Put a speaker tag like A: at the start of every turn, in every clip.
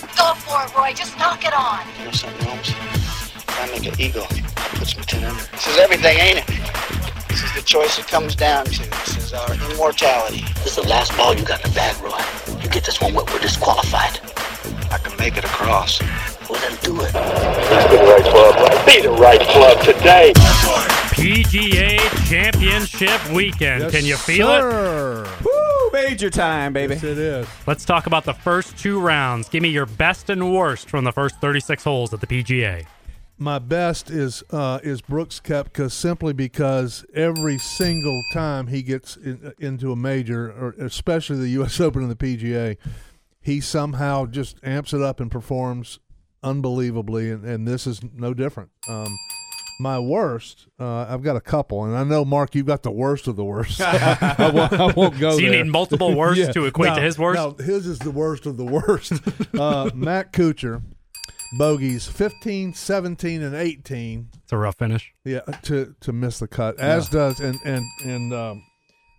A: power, Roy. Just knock it on.
B: You know something else? I make an ego. I put some tin under. This is everything, ain't it? This is the choice it comes down to. This is our immortality.
C: This is the last ball you got in the bag, Roy. You get this one, we're disqualified.
B: I can make it across.
C: Well, then do it.
D: Be the right club. Be the right club today.
E: PGA Championship weekend. Can you feel it?
F: Woo, major time, baby.
G: Yes, it is.
E: Let's talk about the first two rounds. Give me your best and worst from the first 36 holes at the PGA.
G: My best is uh, is Brooks Koepka simply because every single time he gets in, uh, into a major, or especially the U.S. Open and the PGA, he somehow just amps it up and performs unbelievably, and, and this is no different. Um, my worst, uh, I've got a couple, and I know Mark, you've got the worst of the worst.
D: I won't, I won't go
E: So you
D: there.
E: need multiple worst
G: Yeah.
E: to equate
G: No,
E: to his worst?
G: No, his is the worst of the worst. uh, Matt Kuchar, bogeys 15, 17, and 18.
E: It's a rough finish.
G: Yeah, to to miss the cut, as does and and and um,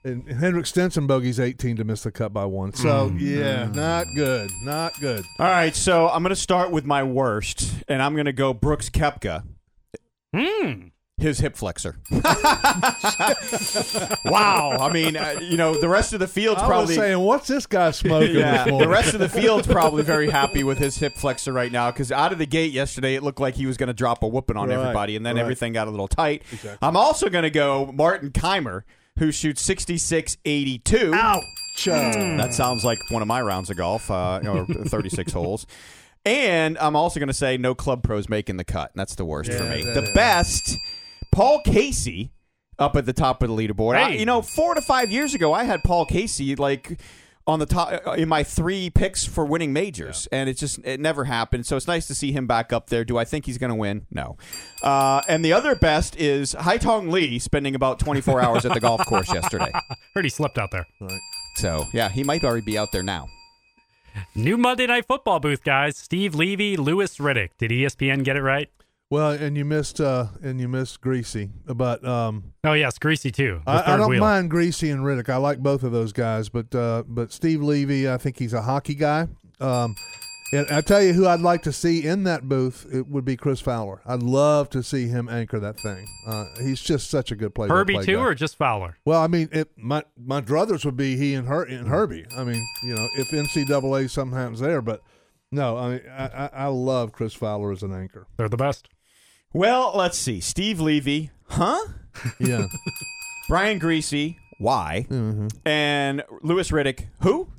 G: and Hendrik Stenson bogeys 18 to miss the cut by one. So
E: Mm.
G: yeah, not good, not good.
F: All right, so I'm going to start with my worst, and I'm going to go Brooks Kepka.
G: Hmm.
F: His hip flexor. wow. I mean, uh, you know, the rest of the field's
G: I was
F: probably.
G: saying, what's this guy smoking?
F: yeah,
G: this
F: the
G: morning?
F: rest of the field's probably very happy with his hip flexor right now because out of the gate yesterday, it looked like he was going to drop a whooping on
G: Right,
F: everybody, and then
G: right.
F: everything got a little tight. I'm also going to go Martin Keimer, who shoots 66 82.
G: Chuck.
F: That sounds like one of my rounds of golf, uh, or 36 holes. And I'm also going to say no club pros making the cut. That's the worst for me.
G: that
F: The
G: is.
F: best, Paul Casey up at the top of the leaderboard. I-
E: Hey.
F: you know, four to five years ago, I had Paul Casey like on the top uh, in my three picks for winning majors, and it just it never happened. So it's nice to see him back up there. Do I think he's going to win? No. Uh, and the other best is Haitong Lee spending about 24 hours at the golf course yesterday.
E: Heard he slept out there.
F: So yeah, he might already be out there now.
E: New Monday Night Football booth, guys. Steve Levy, Lewis Riddick. Did E ESPN get it right?
G: Well, and you missed uh, and you missed Greasy, but um,
E: Oh, yes. Greasy, too. The
G: I,
E: third
G: I don't
E: wheel.
G: mind Greasy and Riddick. I like both of those guys, but uh, but Steve Levy, I think he's a hockey guy. Um, and I tell you who I'd like to see in that booth. It would be Chris Fowler. I'd love to see him anchor that thing. Uh, he's just such a good player.
E: Herbie, too, or just Fowler?
G: well, I mean, it, my my druthers would be he and her and Herbie. I mean, you know, if NCAA sometimes there, but no, I mean, I, I, I love Chris Fowler as an anchor.
E: They're the best.
F: Well, let's see. Steve Levy, huh?
G: Yeah,
F: Brian Greasy, why? And Lewis Riddick, who?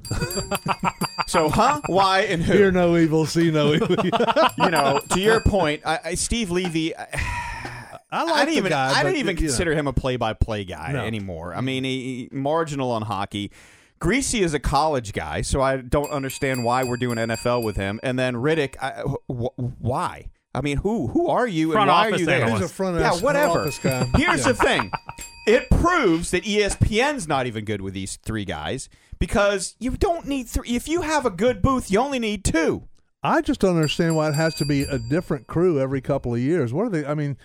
F: so, huh, why, and who?
G: hear no evil, see no evil.
F: You know, to your point, I, I, Steve Levy. I,
G: I
F: I
G: like
F: didn't
G: the
F: even.
G: guy.
F: I
G: but,
F: didn't even
G: you know.
F: consider him a play-by-play guy anymore. I mean, he, he- marginal on hockey. Greasy is a college guy, so I don't understand why we're doing NFL with him. And then Riddick, I, wh- wh- why? I mean, who who are you
E: Front
F: and why are
E: office
F: you there?
E: analyst.
G: He's a front
F: yeah,
G: ass-
F: whatever.
G: office guy.
F: Here's
G: Yeah.
F: the thing. It proves that E ESPN's not even good with these three guys because you don't need three. If you have a good booth, you only need two.
G: I just don't understand why it has to be a different crew every couple of years. What are they? I mean,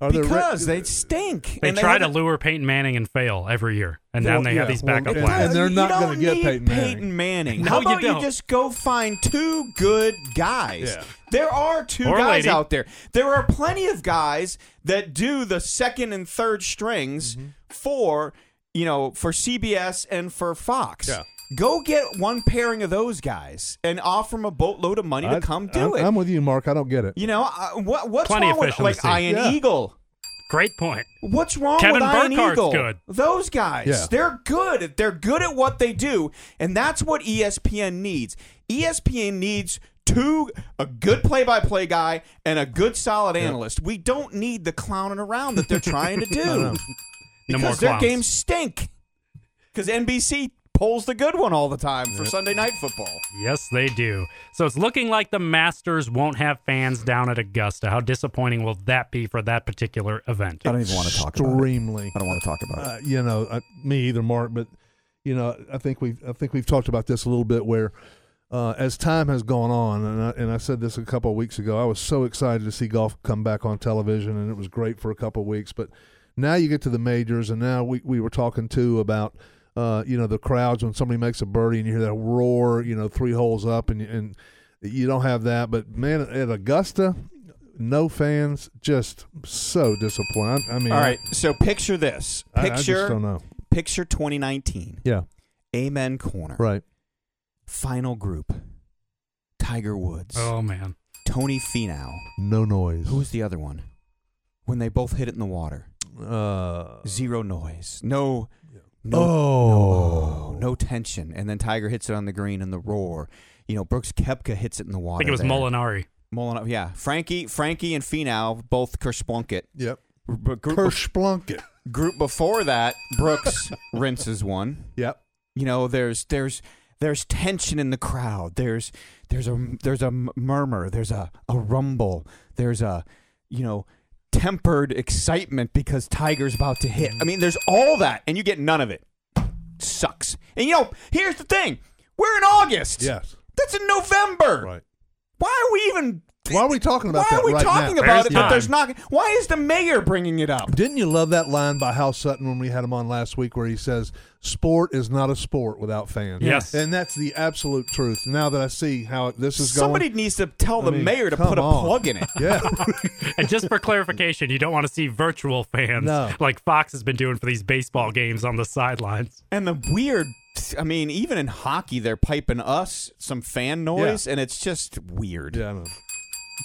G: are there
F: Because they stink.
E: They
F: and
E: try to
F: haven't-
E: lure Peyton Manning and fail every year. And
G: Well,
E: then they have
G: yeah,
E: these
G: well,
E: backup
G: yeah.
E: plans.
G: And they're
F: you
G: not
F: don't
G: gonna get
F: need
G: Peyton Manning.
F: Peyton Manning.
E: No,
F: How
E: you
F: about you,
E: don't.
F: just go find two good guys?
G: Yeah.
F: There are two
E: Or a
F: guys
E: lady.
F: out there. There are plenty of guys that do the second and third strings
E: Mm-hmm.
F: for you know for CBS and for Fox.
G: Yeah.
F: Go get one pairing of those guys and offer them a boatload of money
G: I-
F: to come do
G: I'm-
F: it.
G: I'm with you, Mark. I don't get it.
F: you know I, what? What's
E: Plenty
F: wrong
E: of
F: with
E: fish in the
F: like
E: sea.
F: Iron
G: Yeah.
F: Eagle?
E: Great point.
F: What's wrong
E: Kevin
F: with Iron
E: Burkhart's
F: Eagle?
E: good.
F: Those guys,
G: Yeah.
F: they're good. They're good at what they do, and that's what E ESPN needs. E ESPN needs two a good play-by-play guy and a good solid analyst. We don't need the clowning around that they're trying to do
E: No
F: because
E: more
F: their
E: clowns.
F: games stink. Because NBC pulls the good one all the time for Sunday Night Football.
E: Yes, they do. So it's looking like the Masters won't have fans down at Augusta. How disappointing will that be for that particular event?
F: don't even want to talk
G: Extremely.
F: don't want to talk about
G: Uh, you know, I, me either, Mark. But you know, I think we have I think we've talked about this a little bit. Where uh, as time has gone on, and I, and I said this a couple of weeks ago, I was so excited to see golf come back on television, and it was great for a couple of weeks. But now you get to the majors, and now we we were talking too about. Uh, you know the crowds when somebody makes a birdie and you hear that roar. You know three holes up and and you don't have that. But man, at Augusta, no fans, just so disappointed. I, I mean,
F: All right. So picture this.
G: I, I just
F: Picture
G: don't know.
F: picture 2019.
G: Yeah,
F: Amen Corner.
G: right.
F: Final group. Tiger Woods.
E: Oh man.
F: Tony Finau.
G: No noise.
F: Who was the other one? When they both hit it in the water.
G: uh,
F: Zero noise. No. No,
G: Oh.
F: no, no tension. And then Tiger hits it on the green and the roar. You know, Brooks Kepka hits it in the
E: I
F: water.
E: think it was
F: there.
E: Molinari.
F: Molinari, yeah. Frankie, Frankie and Finau both kersplunked it.
G: Yep.
F: But group,
G: Kirsch Plunkett.
F: group before that, Brooks rinses one.
G: Yep.
F: You know, there's there's there's tension in the crowd. There's there's a there's a murmur. There's a a rumble. There's a you know tempered excitement because Tiger's about to hit. I mean, there's all that, and you get none of it. Sucks. And you know, here's the thing: we're in August.
G: Yes.
F: that's in November.
G: Right.
F: Why are we even?
G: Why are we talking about
F: Why
G: that
F: are we
G: right
F: talking
G: now?
F: about
E: There's
F: it? But
E: time.
F: there's not. Why is the mayor bringing it up?
G: Didn't you love that line by Hal Sutton when we had him on last week where he says, Sport is not a sport without fans?
E: Yes.
G: And that's the absolute truth. Now that I see how this is
F: Somebody
G: going.
F: needs to tell the
G: mean,
F: mayor to
G: come
F: put a
G: on.
F: plug in it.
G: Yeah.
E: And just for clarification, you don't want to see virtual fans
G: No.
E: like Fox has been doing for these baseball games on the sidelines.
F: And the weird, I mean, even in hockey, they're piping us some fan noise, and it's just weird.
G: yeah.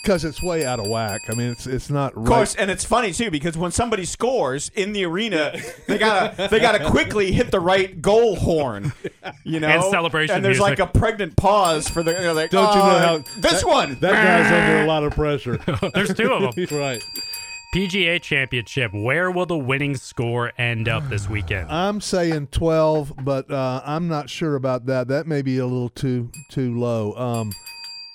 G: Because it's way out of whack. I mean, it's it's not
F: Of course, and it's funny too because when somebody scores in the arena, they gotta they gotta quickly hit the right goal horn, you know,
E: And celebration
F: And there's
E: music.
F: like a pregnant pause for the. They're like,
G: Don't you know
F: "Oh,
G: how
F: this
G: that-
F: one?
G: That guy's under a lot of pressure.
E: There's two of them.
G: right.
E: PGA Championship. Where will the winning score end up this
F: Um,
E: weekend?
G: I'm saying 12, but uh, I'm not sure about that. That may be a little too too low. Um,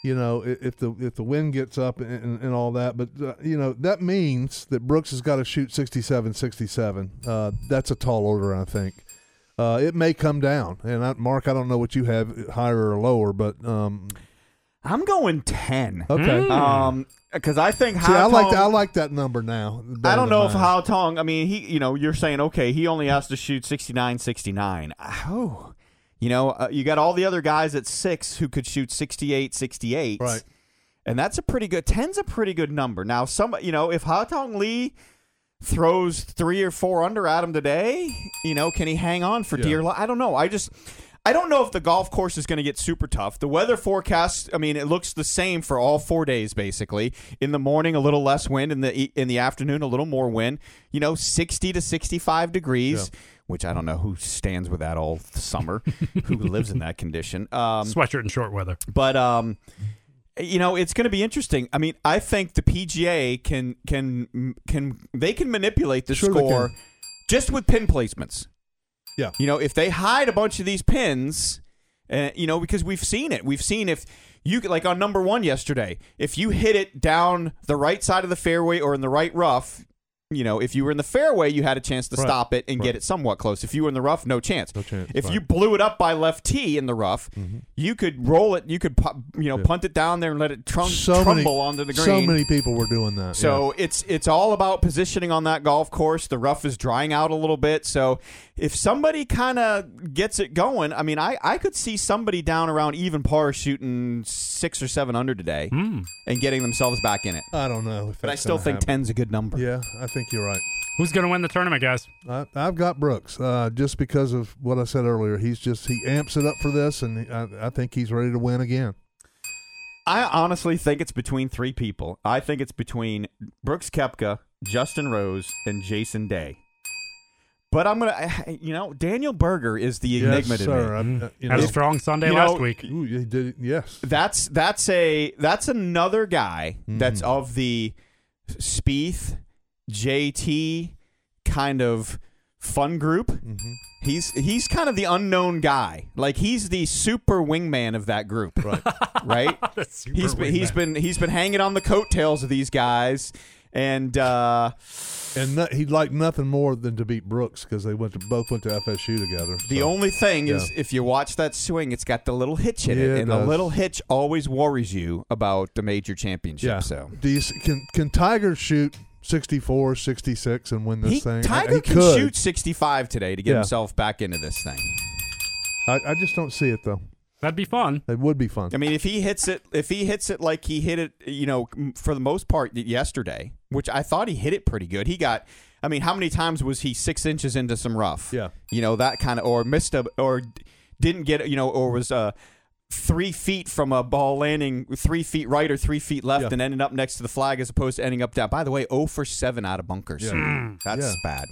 G: you know, i- if the if the wind gets up and, and, and all that, but uh, you know that means that Brooks has got to shoot 67, 67. Uh, that's a tall order, I think. Uh, it may come down, and I, Mark, I don't know what you have higher or lower, but um,
F: I'm going ten.
G: okay.
F: Um, because I think
G: See, I like
F: Hotong-
G: that. I like that number now. better
F: I don't
G: than
F: know if
G: mine.
F: Hao Tong, I mean, he, you know, you're saying, okay, he only has to shoot 69 69. Oh, you know, uh, you got all the other guys at six who could shoot 68 68.
G: Right.
F: And that's a pretty good, 10's a pretty good number. Now, some, you know, if Hao Tong Lee throws three or four under at him today, you know, can he hang on for dear life? I don't know. I just, I don't know if the golf course is going to get super tough. The weather forecast, I mean, it looks the same for all four days basically. In the morning, a little less wind. In the e- in the afternoon, a little more wind. You know, sixty to sixty-five degrees, which I don't know who stands with that all summer, who lives in that condition. Um,
E: Sweatshirt and short weather.
F: but um you know it's going to be interesting i mean i think the pga can can can they can manipulate the
G: Sure they
F: score
G: can.
F: just with pin placements
G: Yeah.
F: you know if they hide a bunch of these pins uh, you know because we've seen it we've seen if you could- like on number one yesterday if you hit it down the right side of the fairway or in the right rough you know if you were in the fairway you had a chance to
G: Right.
F: stop it and
G: Right.
F: get it somewhat close if you were in the rough no chance
G: No chance,
F: if
G: right. Mm-hmm.
F: you blew it up by left tee in the rough, you could roll it. You could pu- you know punt it down there and let it trunk,
G: so
F: trumble
G: many,
F: onto the green.
G: So many people were doing that. yeah.
F: So it's it's all about positioning on that golf course. The rough is drying out a little bit, so if somebody kind of gets it going, I mean, I I could see somebody down around even par shooting six or seven under today and getting themselves back in it.
G: I don't know. If
F: But
G: Hmm.
F: I
G: that's
F: still
G: gonna
F: think
G: happen.
F: ten's a good number.
G: Yeah, I think you're right.
E: Who's going to win the tournament, guys?
G: I, I've got Brooks uh, just because of what I said earlier. He's just he amps it up for this, and he, I, I think he's ready to win again.
F: I honestly think it's between three people. I think it's between Brooks Kepka, Justin Rose, and Jason Day. But I'm gonna, I- you know, Daniel Berger is the enigma
G: yes,
F: to
G: sir.
F: me.
G: I'm, uh, you
E: Had
G: know,
E: a strong Sunday
F: you know,
E: last week.
G: Ooh, he did it. Yes,
F: That's that's a that's another guy that's of the Spieth, JT kind of fun group. He's he's kind of the unknown guy. Like he's the super wingman of that group. Right. right.
E: That's super
F: He's been,
E: weird,
F: he's
E: man.
F: been he's been hanging on the coattails of these guys, and uh,
G: and no, he'd like nothing more than to beat Brooks because they went to both went to FSU together.
F: the
G: so.
F: only thing is, if you watch that swing, it's got the little hitch in
G: Yeah,
F: it,
G: it
F: and the
G: does.
F: little hitch always worries you about the major championship.
G: yeah.
F: So
G: do you, s- can can Tiger shoot 64, 66 and win this
F: he,
G: thing? I-
F: Tiger
G: he
F: can
G: could.
F: shoot 65 today to get
G: Yeah.
F: himself back into this thing.
G: I, I just don't see it though.
E: That'd be fun.
G: That would be fun.
F: I mean, if he hits it, if he hits it like he hit it, you know, m- for the most part y- yesterday, which I thought he hit it pretty good. He got, I mean, how many times was he six inches into some rough?
G: Yeah.
F: you know that kind of, or missed a, or d- didn't get, you know, or was uh, three feet from a ball landing, three feet right or three feet left,
G: Yeah.
F: and ending up next to the flag as opposed to ending up down. By the way, zero for seven oh out of bunkers. Mm.
G: Yeah.
F: That's
G: Yeah.
F: bad.